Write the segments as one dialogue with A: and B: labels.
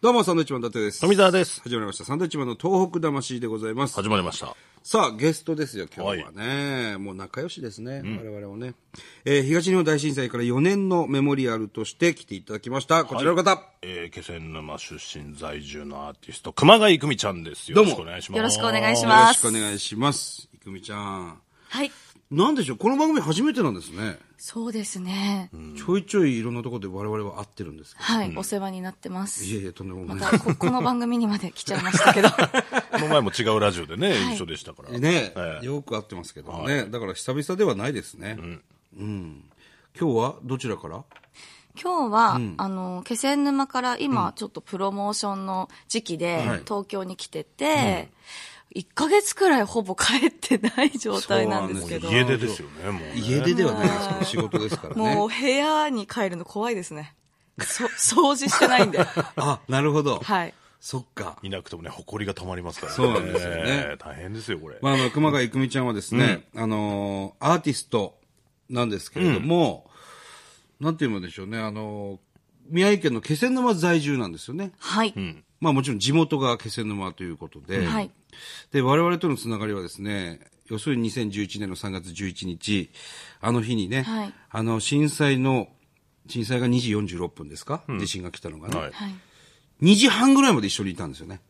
A: どうも、サンドイッチマン伊達です。
B: 富澤です。
A: 始まりました。サンドイッチマンの東北魂でございます。
B: 始まりました。
A: さあ、ゲストですよ、今日はね。もう仲良しですね、我々もね。えー東日本大震災から4年のメモリアルとして来ていただきました。こちらの方。
B: えー、気仙沼出身在住のアーティスト、熊谷久美ちゃんです。よ
A: どう
B: ろ
A: も
B: しくお願いします。
C: よろしくお願いし
A: よろ
C: ま
A: し
C: す
A: くお。願いします。いくみちゃん。
C: はい。
A: なんでしょう、この番組初めてなんですね。
C: そうですね。
A: ちょいちょいいろんなところで我々は会ってるんですけ
C: はい、お世話になってます。
A: ど。いやいや、とんでも
C: ま
A: ない。
C: たこ、 この番組にまで来ちゃいました けど。
B: この前も違うラジオでね、一緒でしたから。
A: ね、
B: ええ
A: よく会ってますけどね。だから久々ではないですね。うん。今日はどちらから
C: 今日は、あの、気仙沼から今、ちょっとプロモーションの時期で、
A: はい
C: 東京に来てて、1ヶ月くらいほぼ帰ってない状態なんですけど。
A: そうな
B: 家
A: ん
B: 出ですよね、もうね、
A: 家出ではないですけど、仕事ですからね。
C: もう部屋に帰るの怖いですね。そ、 掃除してないんで。
A: あ、なるほど。
C: はい。
A: そっか。
B: いなくてもね、埃が溜まりますからね。
A: そうなんですよね
B: えー大変ですよ、これ。
A: まあ、あの、熊谷育美ちゃんはですね、あのーアーティストなんですけれども、なんていうんでしょうね、あのー宮城県の気仙沼在住なんですよね。
C: はい。
A: まあもちろん地元が気仙沼ということで、
C: はい
A: で、我々とのつながりはですね、要するに2011年の3月11日、あの日にね、
C: はい
A: あの、震災の、震災が2時46分ですか、地震が来たのがね、
B: はい。
C: はい。
A: 2時半ぐらいまで一緒にいたんですよね。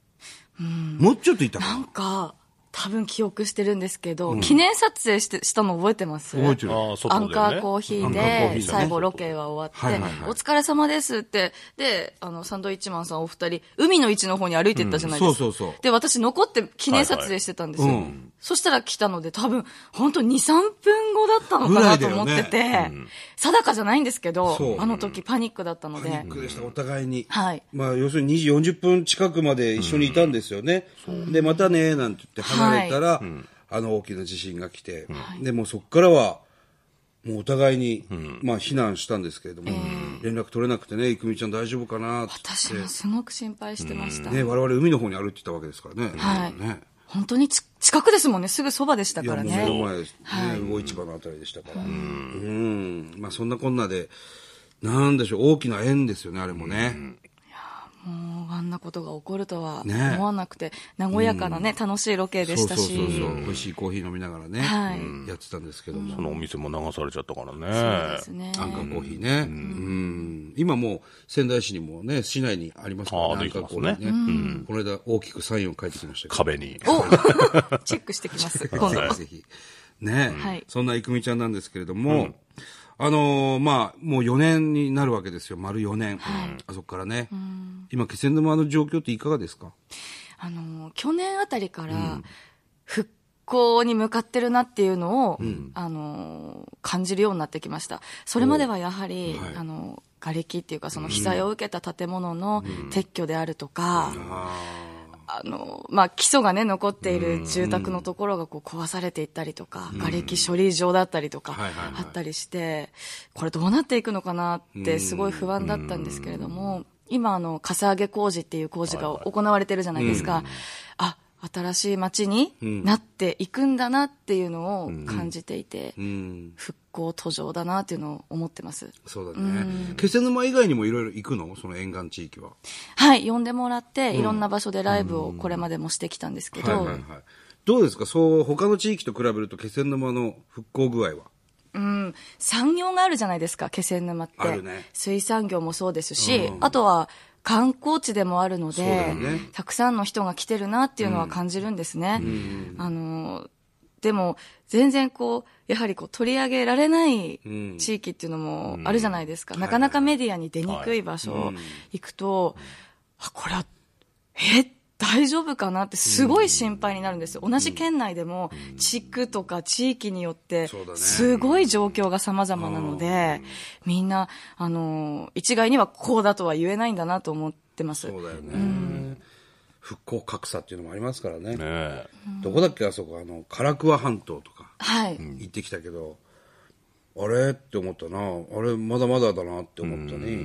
A: もうちょっといたか
C: なん
A: な
C: か、多分記憶してるんですけど、記念撮影してしたの覚えてます
A: 覚えてる。
B: ああ、外
C: ア
B: でね。
C: ンカーコーヒー
A: アンカーコーヒーで
C: で、
A: ね
C: 最後ロケは終わ
A: は
C: っ
A: い
C: て
A: はいは、い
C: お疲れ様ですって、で、あの、サンドイッチマンさんお二人、海の位置の方に歩いてったじゃないですか。
A: うんそうそうそう
C: で、私残って記念撮影してたんですよ。
A: はいはいうん
C: そしたら来たので、多分、本当2、3分後だったのかなと思って
A: ぐら
C: て、定かじゃないんですけ
A: そ
C: ど、
A: う
C: あの時パニックだったの
A: パニ
C: で
A: ッ、クでした、お互いに。
C: はい
A: まあ、要するに2時40分近くまで一緒にいたんですよね。で、またね、なんて言って離れたら、あの大きな地震が来て、で、もうそこからは、もうお互いに、まあ、避難したんですけれども、連絡取れなくてね、いくみちゃん大丈夫かなって
C: 私もすごく心配してました。
A: ね、我々海の方に歩いてたわけですからね。
C: はい
A: ね
C: 本当にち近くですもんね、すぐそばでした
A: い
C: か
A: や、も
C: ら
A: う
C: ね。
A: 目の前です、ね
C: はい
A: 魚市場のあたりでしたから。うん。まあ、そんなこんなで、なんでしょう、大きな縁ですよね、あれもね。
C: もうあんなことが起こるとは
A: ね
C: 思わなくて、和やかなね、楽しいロケでした
A: そうそうそう
C: し、
A: そう美味しいコーヒー飲みながらね、
C: はい
A: やってたんですけども、
B: そのお店も流されちゃったから
C: そう
B: ね
C: で。すね。
A: アンカーコーヒーね、うん今もう仙台市にもね市内にありますから
B: あー
A: ねアン
B: でき
A: カー
B: てま
A: コー
B: すね
A: ヒーねこの間大きくサインを書いてきましたけど
B: 壁に。
C: お チェックしてきます、今度。
A: ぜひぜひね、
C: はい
A: そんな郁美ちゃんなんですけれども、あのーまあもう4年になるわけですよ丸4年、あそこからね、今気仙沼の状況っていかがですか
C: あの、去年あたりから、復興に向かってるなっていうのを、あの、感じるようになってきました。それまではやはり、
A: はい
C: あの、瓦礫っていうか、その被災を受けた建物の撤去であるとか、あの、まあ、基礎がね、残っている住宅のところがこう壊されていったりとか、瓦礫処理場だったりとか
A: はいはいはい、
C: あったりして、これどうなっていくのかなってすごい不安だったんですけれども、今、あの、かさ上げ工事っていう工事が行われてるじゃないですか。あ、新しい街になっていくんだなっていうのを感じていて、
A: うん
C: 復興途上だなっていうのを思ってます。
A: そうだね気仙沼以外にもいろいろ行くのその沿岸地域は
C: はい、呼んでもらって、いろんな場所でライブをこれまでもしてきたんですけ
A: はい
C: ど
A: はい、はい、どうですかそう他の地域と比べると気仙沼の復興具合は
C: うん、産業があるじゃないですか、気仙沼って。
A: あるね
C: 水産業もそうですし、あとは観光地でもあるので、
A: だよね
C: たくさんの人が来てるなっていうのは感じるんですね。あの、でも、全然こう、やはりこう取り上げられない
A: ん
C: 地域っていうのもあるじゃないですか。なかなかメディアに出にくい場所行くと、あ、これは、え大丈夫かなってすごい心配になるんですよ。同じ県内でも地区とか地域によって
A: そうだね
C: すごい状況が様々なので、みんな、あの、一概にはこうだとは言えないんだなと思ってます。
A: そうだよね、復興格差っていうのもありますからね
B: ねえ
A: どこだっけあそこあの唐桑半島とか
C: はい。
A: 行ってきたけど、あれって思ったなあれまだまだだなって思ったね、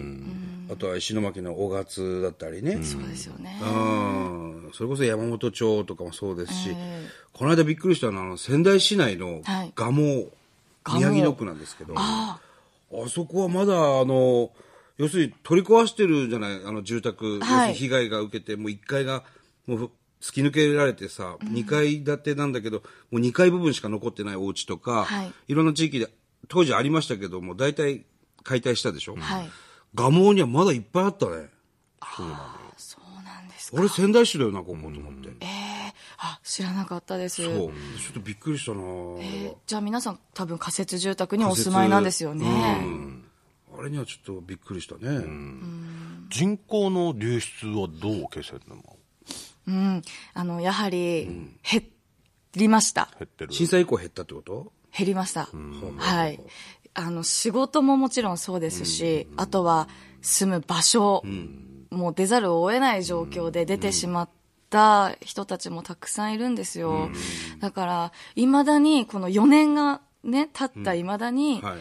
A: あとは石巻の雄勝だったりね、
C: そうですよね。
A: うんそれこそ山本町とかもそうですし、
C: え
A: この間びっくりしたのはあの仙台市内の
C: はい
A: 蒲生、
C: 蒲生
A: 宮城野区なんですけどあそこはまだあの要するに取り壊してるじゃない、あの住宅、要す
C: はい
A: るに被害が受けて、もう1階がもう突き抜けられてさ、2階建てなんだけど、もう2階部分しか残ってないお家とか、
C: はい
A: いろんな地域で、当時ありましたけども、大体解体したでしょ。
C: はい。
A: 蒲生にはまだいっぱいあったね。
C: そうなんですか。
A: 俺仙台市だよな、ここと思って。
C: ええあ、知らなかったです。
A: そう。ちょっとびっくりしたなあ
C: え
A: れは
C: ーじゃあ皆さん多分仮設住宅にお住まいなんですよね。
A: あれにはちょっとびっくりしたね。
B: 人口の流出はどう消せるの
C: うん、あの、やはり、減りました。
B: 減ってる
A: 震災以降減ったってこと
C: 減りました。はい。あの、仕事ももちろんそうですし、あとは住む場所、もう出ざるを得ない状況で出てしまった人たちもたくさんいるんですよ。だから、未だに、この4年がね、経った未だに、
A: はい。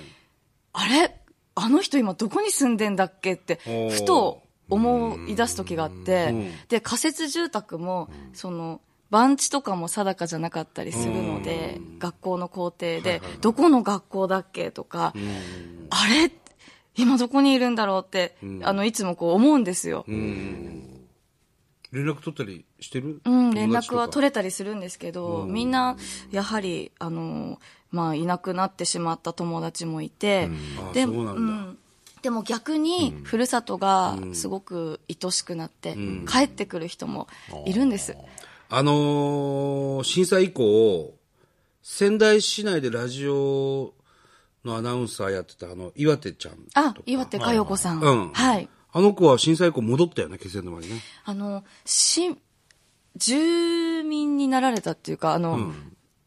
C: あれあの人今どこに住んでんだっけって
A: おー、
C: ふと思い出す時があって、で、仮設住宅も、その、番地とかも定かじゃなかったりするので、学校の校庭で、どこの学校だっけとか、あれ今どこにいるんだろうって、あの、いつもこう思うんですよ。
A: 連絡取ったりしてる
C: うん、連絡は取
A: れ
C: れたりするんですけど、みんな、やはり、あの、まあ、いなくなってしまった友達もいて、
A: あ
C: で
A: そうなんだ
C: んでも逆に、ふるさとがすごく愛しくなって、帰ってくる人もいるんです。
A: あのー震災以降、仙台市内でラジオのアナウンサーやってたあの、岩手ちゃん。
C: あ、岩手佳代子さん。
A: うん
C: はい。
A: あの子は震災以降戻ったよね、気仙沼にね。
C: あの、し、住民になられたっていうか、あの、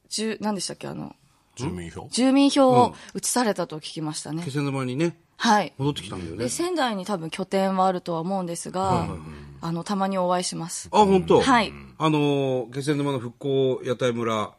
C: 住、何でしたっけ、あの、
B: 住民票
C: 住民票を移されたと聞きましたね
A: 気。仙沼にね、
C: はい。
A: 戻ってきたんだよね
C: で、。仙台に多分拠点はあるとは思うんですが、あの、たまにお会いします。
A: あ、本当。
C: はい
A: あのー気仙沼の復興屋台村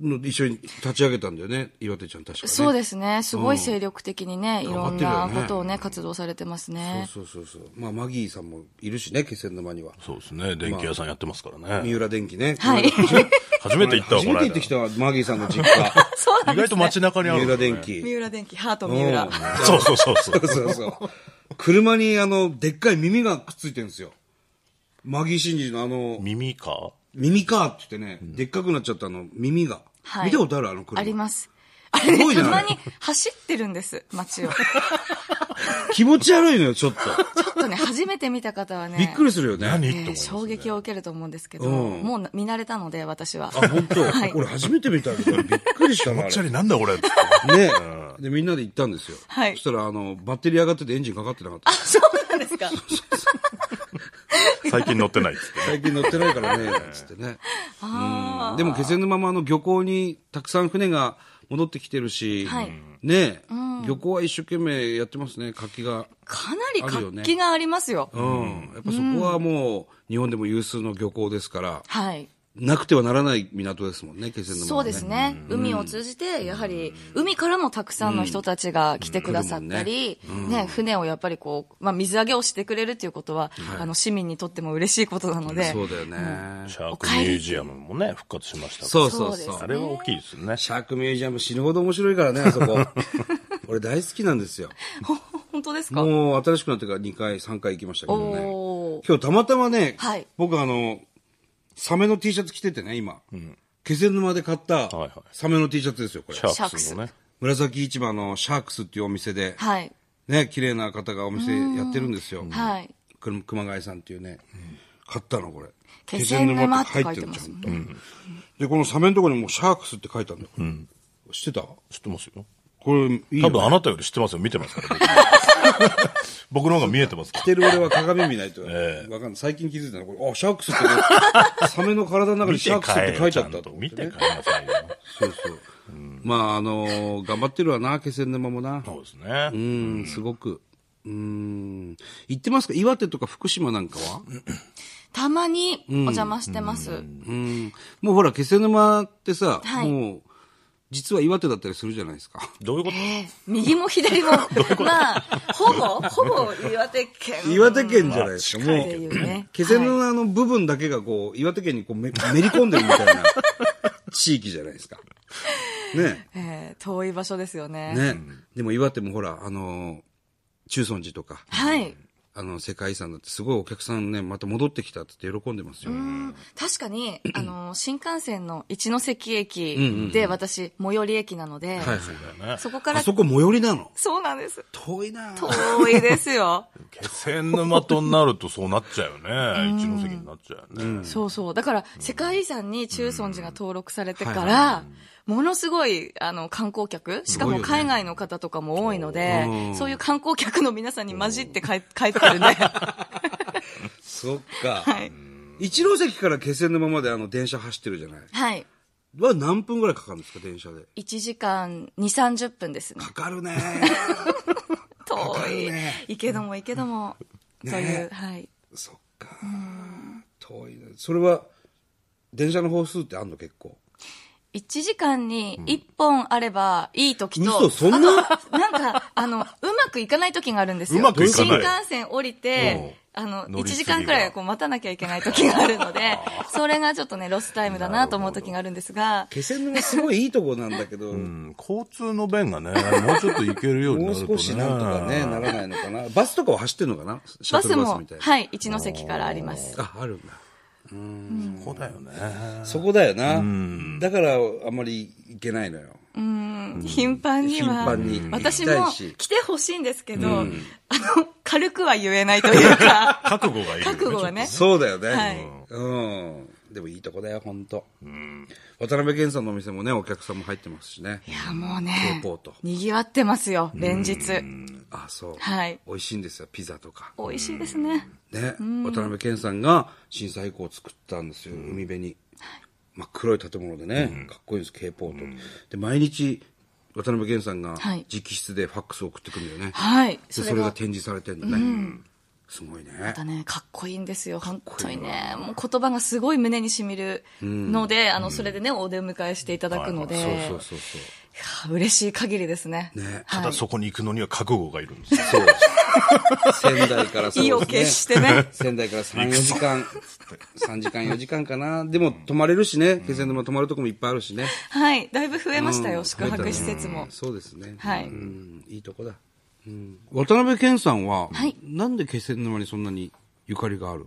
A: の一緒に立ち上げたんだよね、岩手ちゃん確かね。
C: そうですね。すごい精力的にね、いろ
A: 頑張っ
C: んな
A: てるよね
C: ことをね、活動されてますね。
A: そうそうそうそう。まあ、マギーさんもいるしね、気仙沼には。
B: そうですね電気屋さんやってますから
A: 三
B: ね
A: 浦電機ね。
C: はい
A: この間
B: 初めて行ったわ
A: 初めて行ってきたわ、マギーさんの実 家。
C: そうな
B: 意
C: ん
B: 外
C: です
B: と
C: ね。
B: 街中にあ
A: 三
B: るんで
A: 浦
B: すね
A: 電機。
C: 三浦電機、ハート三浦
A: うん。
B: そうそうそうそ
A: そ
B: う
A: うそうそう。車に、あの、でっかい耳がくっついてるんですよ。マギー真司のあの、
B: 耳か
A: 耳かって言ってね、でっかくなっちゃったあの、耳が。
C: はい
A: 見たことあるあの車。
C: あります。あれね
A: すごいじ
C: た
A: ゃな
C: ま
A: い
C: に走ってるんです、街を。ち
A: 気持ち悪いのよ、ちょっと。
C: ょっとね、初めて見た方はね、
A: びっくりするよね。
B: 何って思
C: え
B: い
C: ー
B: ます
C: 衝撃を受けると思うんですけど、
A: うん
C: もうな見慣れたので、私は。
A: あ、本当、
C: はい
A: 俺初めて見たけど、びっくりしたな。あれ
B: チャリなんだこ れって
A: ねで、みんなで行ったんですよ。
C: はい
A: そしたら、あの、バッテリー上がっててエンジンかかってなかった
C: あ、。そうなんで すか。
B: 最近乗ってないっつって
A: 最近乗ってないから ね、つってね。うんでも気仙沼もあの漁港にたくさん船が戻ってきてるし、
C: はい
A: ね、漁港は一生懸命やってますね、活気が。
C: かなり
A: あるよね
C: 活気がありますよ。
A: うん。やっぱそこはもう日本でも有数の漁港ですから、
C: はい。
A: なくてはならない港ですもんね、気仙沼は、
C: そうです。ね。海を通じて、やはり、海からもたくさんの人たちが来てくださったり、ね、船をやっぱりこう、まあ、水揚げをしてくれるということは、あの、市民にとっても嬉しいことなので、
A: そうだよね。
B: シャークミュージアムもね復活しましたから
A: そうそう
C: そ
A: そ
C: うです
A: う
B: あ。れは大きいですね
A: シャークミュージアム死ぬほど面白いからね、あそ こ。俺大好きなんですよ。
C: 本当ですか
A: もう新しくなってから2回、3回行きましたけどね。
C: おー
A: 今日たまたまね、
C: はい
A: 僕あの、サメの T シャツ着ててね、今。気仙沼で買った
B: はいはい
A: サメの T シャツですよ、これ
B: シ。ャークスのね
A: 紫市場のシャークスっていうお店で、
C: はい。
A: ね、綺麗な方がお店やってるんですよ。
C: はい。
A: くる熊谷さんっていうね、買ったの、これ。
C: 気仙沼って書いて
A: 気仙
C: ます
A: 沼
C: も
A: っ
C: ん
A: て
C: ね。
A: で、このサメのところにもうシャークスって書いてあるんだよ、これ知ってた
B: 知ってますよ
A: これ、いいよ、ね。
B: 多分あなたより知ってますよ見てますから 僕僕の方が見えてますか
A: 着てる俺は鏡見ないと、
B: え
A: わかんない。最近気づいたの、これ、あ、シャークスってね、サメの体の中
B: ら
A: にシャークスって書いてあった
B: と
A: と思っ
B: 見
A: て
B: て
A: ね
B: 帰。りなさいよ
A: そうそう。まあ、あのー頑張ってるわな、気仙沼もな。
B: そうですね
A: うん、すごく。うん。行ってますか岩手とか福島なんかは
C: たまにお邪魔してます。
A: うん。もうほら、気仙沼ってさ、
C: はい
A: もう、実は岩手だったりするじゃないですか。
B: どういうこと
C: ええ右も 左も、まあ、ほぼ、ほぼ岩手県。
A: 岩手県じゃないですか。
C: 近い
A: も
C: っていうね
A: う、気仙沼の部分だけがこう、岩手県にこうめめり込んでるみたいな地域じゃない ですか。ね。
C: ええ遠い場所ですよね。
A: ね。でも岩手もほら、あのー中尊寺とか、
C: はい。
A: あの、世界遺産だってすごいお客さんね、また戻ってきたって言って喜んでますよ。
C: うん確か に、あの、新幹線の一ノ関駅で私、最寄り駅なので、
A: はいはい。
C: そこから、
A: あ
C: そ
A: そこ最寄りなの
C: うなんです。
A: 遠いな
C: 遠いです よ。
B: 気仙沼となるとそうなっちゃうよね。一ノ関になっちゃうよね。
C: そうそう。だから、世界遺産に中尊寺が登録されてから、ものすごい、あの、観光客、しかも海外の方とかも多いので、そういう観光客の皆さんに混じって帰 帰ってるんで、は
A: そっか。
C: い。
A: 一郎関から気仙沼まであの電車走ってるじゃない。
C: はい。
A: は何分ぐらいかかるんですか、電車で。
C: 1時間2、30分ですね。
A: かかるね。
C: 遠い
A: ね。
C: いけどもいけども、という、はい。
A: そっか。遠いね。それは、電車の本数ってあんの結構。
C: 1時間に1本あればいい時と、
A: 嘘そん な
C: あとなんか、あの、うまくいかない時があるんですよ。
B: うまくいかない
C: 新幹線降りて、あの、
B: 乗
C: 1
B: り継ぎ
C: 時
B: が
C: 間くらいこう待たなきゃいけない時があるので、それがちょっとね、ロスタイムだなと思う時があるんですが、
A: 気仙沼すごいいいとこなんだけど、
B: うん交通の便がね、もうちょっと行けるように
A: も
B: な
A: う
B: るとね。
A: 少しなんとかね、ならないのかな。バ スとかは走ってるのかなシャ
C: バ
A: ト
C: ス
A: ルバス
C: も
A: みたい、な。
C: はい、一ノ関からあります。
A: あ、あるんだ。
B: そうだよね。
A: そこだよな。だから、あんまり行けないのよ。
C: うん、頻繁には。
A: 頻繁に行きたいし
C: 私も来てほしいんですけど、あの、軽くは言えないというか、
B: 覚悟がいるよね。
C: 覚悟がね。
A: そうだよね。
C: はい
A: うん。でもいいとこだよ、ほんと。渡辺謙さんのお店もね、お客さんも入ってますしね。
C: いや、もうね
A: ポーポーと、
C: 賑わってますよ、連日。
A: あ、そう。
C: はい
A: 美味しいんですよ、ピザとか。
C: 美味しいですね。
A: ね。渡辺謙さんが震災以降作ったんですよ、海辺に。真っ黒い建物でね、かっこいいんです、K ポート。で、毎日、渡辺謙さんが
C: はい
A: 直筆でファックスを送ってくるんだよね。
C: はい。
A: で、
C: そ
A: そ
C: れ
A: れが
C: が、
A: 展示されてるのね。すごいね
C: ま。たね、かっこいいんですよ、本当にね。もう言葉がすごい胸にしみるので、あの、それでね、お出迎えしていただくので、い
A: そう
C: や
A: そうそうそう。
C: 嬉しい限りですね。
A: ね
B: た
C: は
B: だ
C: い。
B: そこに行くのには覚悟がいるんですよ。
A: そう。仙台からそうですね。
C: 意を決してね
A: 仙台から3、4時間。3時間、4時間かな。でも泊まれるしね。気仙沼泊まるとこもいっぱいあるしね。
C: はい。だいぶ増えましたよ、
A: うん
C: 宿泊施設も。
A: そうですね。
C: はい
A: うんいいとこだ。うん渡辺謙さんは
C: はい、
A: なんで気仙沼にそんなにゆかりがある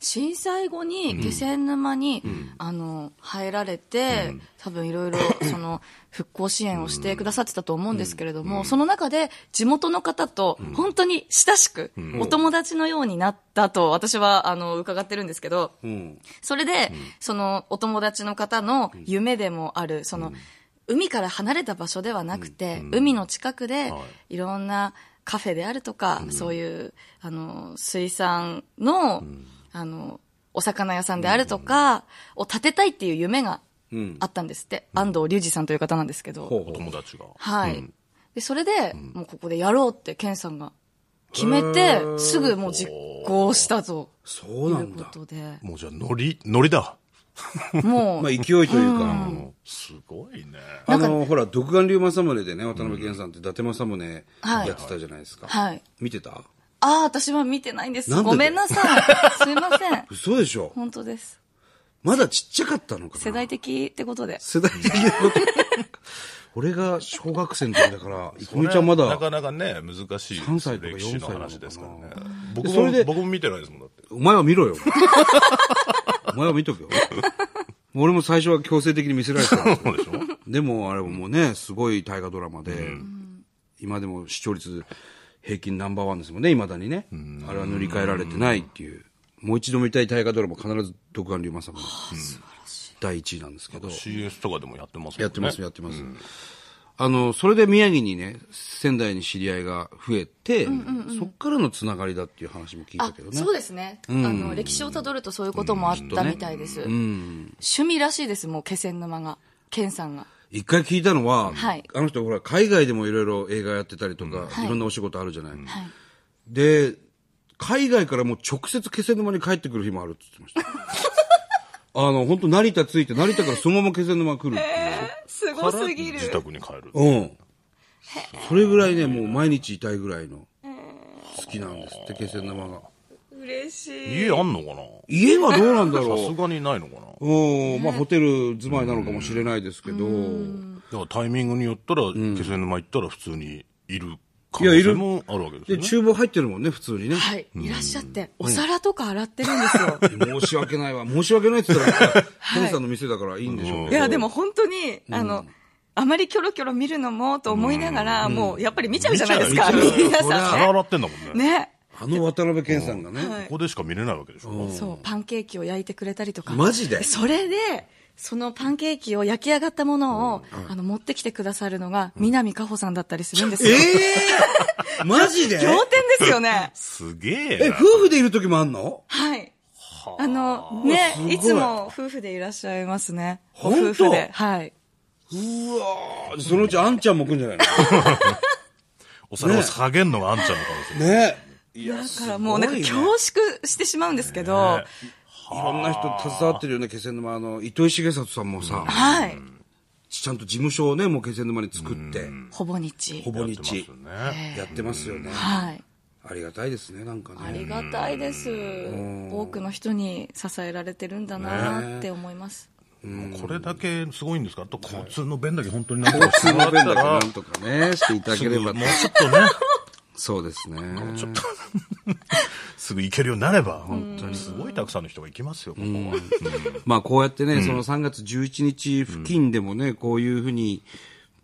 C: 震災後に気仙沼に、あの入られて、多分いろい ろその復興支援をしてくださってたと思うんですけれども、その中で地元の方と本当に親しく、お友達のようになったと私はあの伺ってるんですけど、
A: うん。
C: それで、そのお友達の方の夢でもある、その、海から離れた場所ではなくて、海の近くで、いろんなカフェであるとか、そういう、あの、水産の、あの、お魚屋さんであるとか、を建てたいっていう夢が
A: うん
C: あったんですって。安藤隆二さんという方なんですけど。
A: ほう
B: お友達が。
C: はい。で、それで、もうここでやろうって、健さんが決めて、すぐもう実行したと
A: そ
C: いう
A: な
C: うんこ
A: だ。
C: とで、
B: もうじゃあノリ、ノリだ。
C: もう
A: まあ、勢いというか。
B: すごいね。
A: あの、ほら、独眼竜政宗でね、渡辺謙さんって伊達政宗
C: はい
A: やってたじゃないですか。
C: はい。
A: 見てた
C: ああ、私は見てないんです。
A: なんでだよ
C: ごめんなさい。すいません。
A: 嘘でしょ
C: 本当です。
A: まだちっちゃかったのかな
C: 世代的ってことで。
A: 世代的 なこと。俺が小学生の時だから、いくみちゃんまだ
B: なかなかね、難しい
A: 3歳とか
B: 歴史
A: 4
B: の
A: 歳
B: 話ですからね。僕
A: それ
B: も
A: で、
B: 僕も見てないですもん、だって。
A: お前は見ろよ。 お前は見とけよ。俺も最初は強制的に見せられてたんですよ
B: そうでしょ
A: でもあれもね、すごい大河ドラマで、今でも視聴率平均ナンバーワンですもんね、未だにね。あれは塗り替えられてないっていう。もう一度見たい大河ドラマ必ず独眼竜政宗。第1位なんですけど。
B: CS とかでもやってますもんね。
A: やってます、やってます。あの、それで宮城にね、仙台に知り合いが増えて、そっからのつながりだっていう話も聞いた
C: あ
A: けど、ね。
C: そうですね。あの、歴史をたどるとそういうこともあったみたいです。
A: うん。
C: 趣味らしいです、もう気仙沼が。健さんが。
A: 一回聞いたのは、
C: はい
A: あの人ほら、海外でもいろいろ映画やってたりとか、
C: はい
A: いろんなお仕事あるじゃない。で、海外からもう直接気仙沼に帰ってくる日もあるって言ってました。あの、本当成田着いて、成田からそのまま気仙沼来るっていう。
C: す
B: から自宅に帰る。
A: うん。それぐらいね、もう毎日いたいぐらいの、好きなんですって、気仙沼が。
C: 嬉しい。
B: 家あんのか
A: 家はどうなんだ
B: なさす
A: ろ
B: がにないのかな
A: う。うん、まあホテル住まいなのかもしれないですけど、
B: だからタイミングによったら、気仙沼行ったら普通にいる可能性もあるわけです
A: で、
B: よね。
A: 厨房入ってるもんね、普通にね。
C: はい。いらっしゃって、お皿とか洗ってるんですよ。
A: 申し訳ないわ。申し訳ないって言ったら、トミさんの店だからいいんでしょう
C: い
A: け
C: や、でも本当に、あの、あまりキョロキョロ見るのもと思いながら、もうやっぱり見ちゃうじゃないですか、
B: 見ちゃう
C: 皆さん
B: 皿
C: ね。
B: 洗ってんだもんね。
C: ね。
A: ど。あの渡辺謙さんがね。
C: はい
B: ここでしか見れないわけでしょ。。
C: そう、パンケーキを焼いてくれたりとか。
A: マジで
C: それで、そのパンケーキを焼き上がったものを、あの、持ってきてくださるのが、南かほさんだったりするんです
A: え
C: よ。
A: え マジで
C: 仰天ですよね
B: すげえ
A: え、
B: な。
A: 夫婦でいる時もあんの
C: はい。あの、ね、いつも夫婦でいらっしゃいますね。
A: 本当
C: 夫婦で。はい。
A: うわーそのうちあんちゃんも来るんじゃない
B: お皿を下げるのがあんちゃんの可能性。
A: のねいや
C: だからもうなんか恐
A: 日
C: 縮してしまうんですけど、
A: いろんな人携わってるよね、気仙沼。あの、糸井重里さんもさ、
C: はい。
A: ちゃんと事務所をね、もう気仙沼に作って、
C: ほぼ日
A: ほ。ぼ
B: やっ
A: 日
B: てますよね。
A: やってますよね。
C: はい。
A: ありがたいですね、なんか
C: あり
A: ね。
C: がたいです。多くの人に支えられてるんだなって思います。
B: これだけすごいんですかあと交通の便だけ本当になんとかし
A: す
B: て
A: い
B: も
A: ま
B: らっ
A: せん
B: た
A: だけな
B: ら、
A: んとかね、していただ
B: す
A: け
B: ぐ
A: れ
B: もう
A: ば。
B: ちょっとね、
A: そうですね。
B: ちょっと、すぐ行けるようになれば、本当にすごいたくさんの人が行きますよ、ここは。うん
A: まあこうやってね、その3月11日付近でもね、こういうふうに、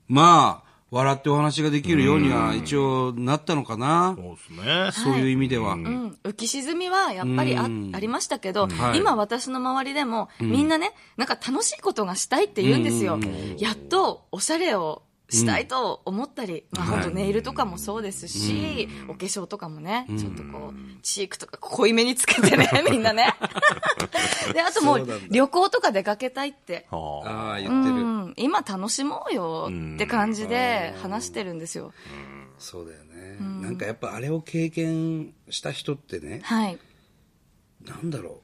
A: まあ、笑ってお話ができるようには一応なったのかな。
B: そうですね。
A: そういう意味では。
C: うん、浮き沈みはやっぱりあ,、ありましたけど、
A: はい
C: 今私の周りでも、みんなね、なんか楽しいことがしたいって言うんですよ。やっとおしゃれをしたいと思ったり、まあ
A: はい
C: 本当ネイルとかもそうですし、お化粧とかもね、ちょっとこう、チークとか濃いめにつけ てね、みんなね。で、あとも
A: そう
C: う
A: なんだ
C: 旅行とか出かけたいって。
B: はあ
A: ああ、
C: う
A: 言ってる。
C: ん、今楽しもうよって感じで話してるんですよ。
A: そうだよね。なんかやっぱあれを経験した人ってね、
C: はい。
A: なんだろ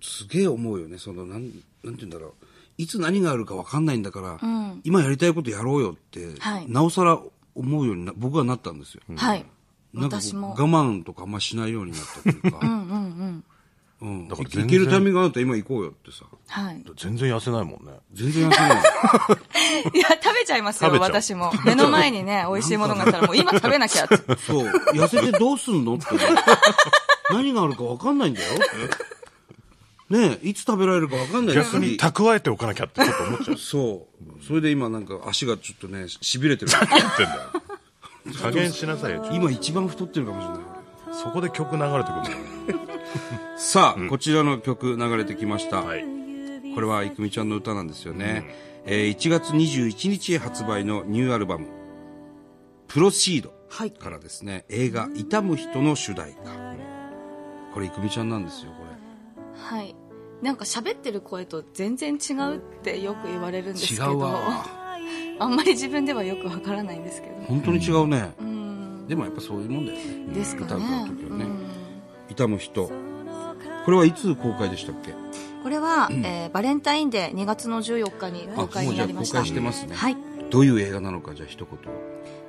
A: う。すげえ思うよね。その、なん、なんて言うんだろう。いつ何があるかわかんないんだから、
C: ん
A: 今やりたいことやろうよって、
C: はい
A: なおさら思うようにな、僕はなったんですよ。
C: はい。
A: なんかこ
C: 私
A: う
C: も
A: 我。慢とかあんましないようになったというか。
C: うんうんうん。
A: うん。
B: だから
A: い
B: 全然
A: けるタイミングがあったら今行こうよっ てさ。
C: はい。
B: 全然痩せないもんね。
A: 全然痩せない。
C: いや、食べちゃいますよ、
B: 食べちゃう
C: 私も。目の前にね、美味しいものがあったら、もう今食べなきゃって。
A: そう。痩せてどうすんのって。何があるか分かんないんだよって。ねえ、いつ食べられるか分かんない
B: 逆に
A: 次
B: 蓄えておかなきゃってちょっと思っ ちゃう。
A: そう。それで今なんか足がちょっとね、痺れてる。
B: ってんだよ。加減しなさいよ。
A: 今一番太ってるかもしれない。
B: そこで曲流れてくるんだよ。
A: さあ、こちらの曲流れてきました。
B: はい
A: これは、いくみちゃんの歌なんですよね。えー1月21日発売のニューアルバム、プロシード
C: はい
A: からですね、映画、痛む人の主題歌。これ、いくみちゃんなんですよ、これ。
C: はい。なんか喋ってる声と全然違うってよく言われるんですけ
A: 違
C: ど、
A: うわ。
C: あんまり自分ではよくわからないんですけど。
A: 本当に違うね。
C: うん。
A: でもやっぱそういうもんだよね。
C: ですか
A: 歌う
C: ね。
A: 歌う時はね
C: うん
A: 痛む人。これはいつ公開でしたっけ
C: これは、えーバレンタインデー2月の14日に公開になりました。
A: あもうじゃあ公開してますね
C: はい。
A: どういう映画なのか、じゃあ一言。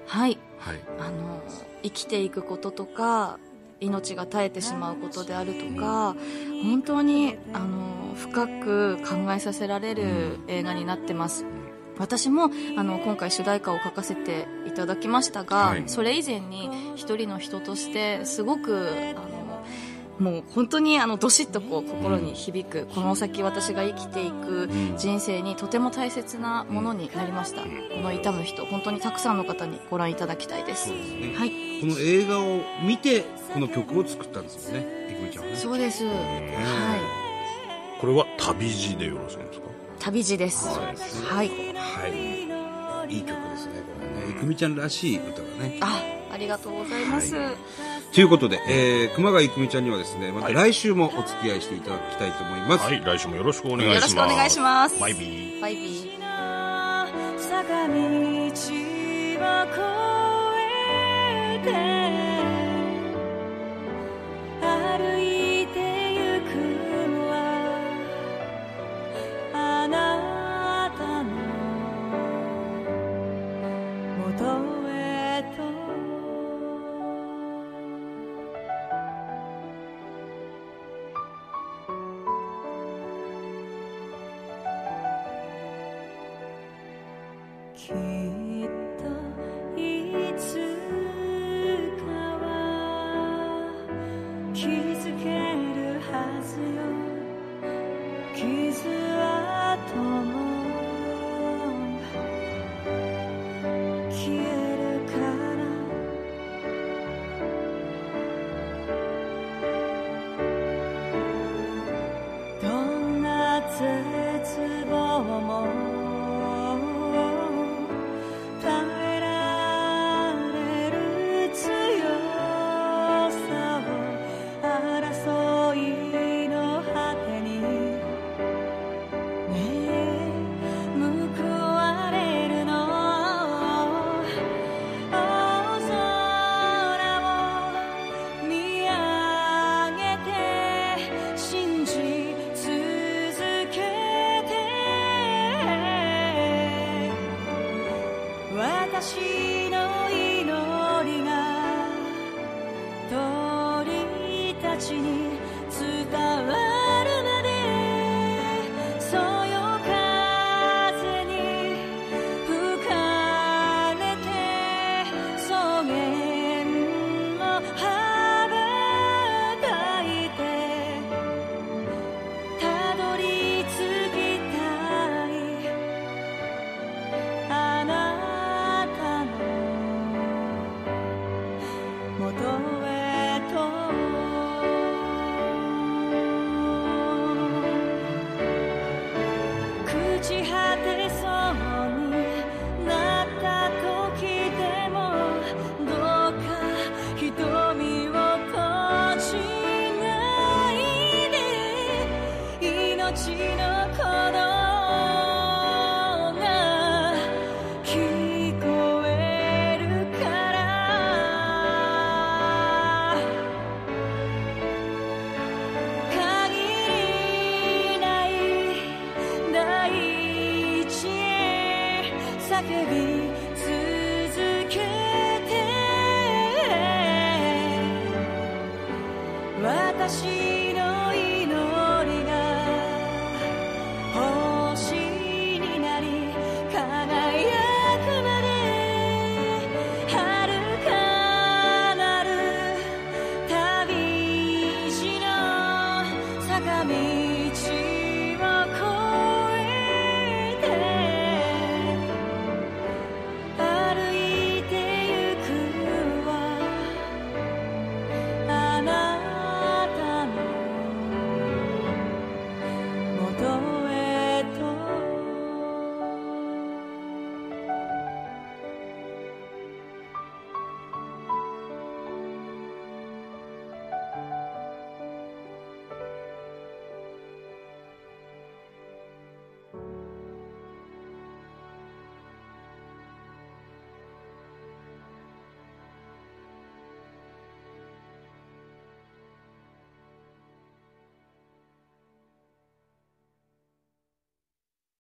C: はい。
A: はい。
C: あの生きていくこととか命が絶えてしまうことであるとか本当にあの深く考えさせられる映画になってます私もあの今回主題歌を書かせていただきましたが、
A: はい
C: それ以前に一人の人としてすごくあのもう本当にあのどしっとこう心に響く、この先私が生きていく人生にとても大切なものになりました、この痛む人本当にたくさんの方にご覧いただきたいです
A: ね
C: はい
A: この映画を見て、この曲を作ったんですよね。いくみちゃんはね。
C: そうです、は
B: これは旅路でよろしいんですか
C: い、旅路ですはい、
A: はい。いい曲ですね、これね。いくみちゃんらしい歌だね。
C: あありがとうございます、
A: ということで、えー、熊谷いくみちゃんにはですね、また来週もお付き合いしていただきたいと思います。
B: はい、来週もよろしくお願いします。
C: よろしくお願いします
B: バイビー。
C: バイビー
D: 坂道を越えて歩いてゆくのはあなたの元へときっといつ伝わるまでそよ風に吹かれて草原を羽ばたいてたどり着きたいあなたの元へと朽ち果てそうになった時でもどうか瞳を閉じないで命の鼓動が聞こえるから限りない大地へ叫び続けて私の祈りが星になり輝くまで遥かなる旅路の坂道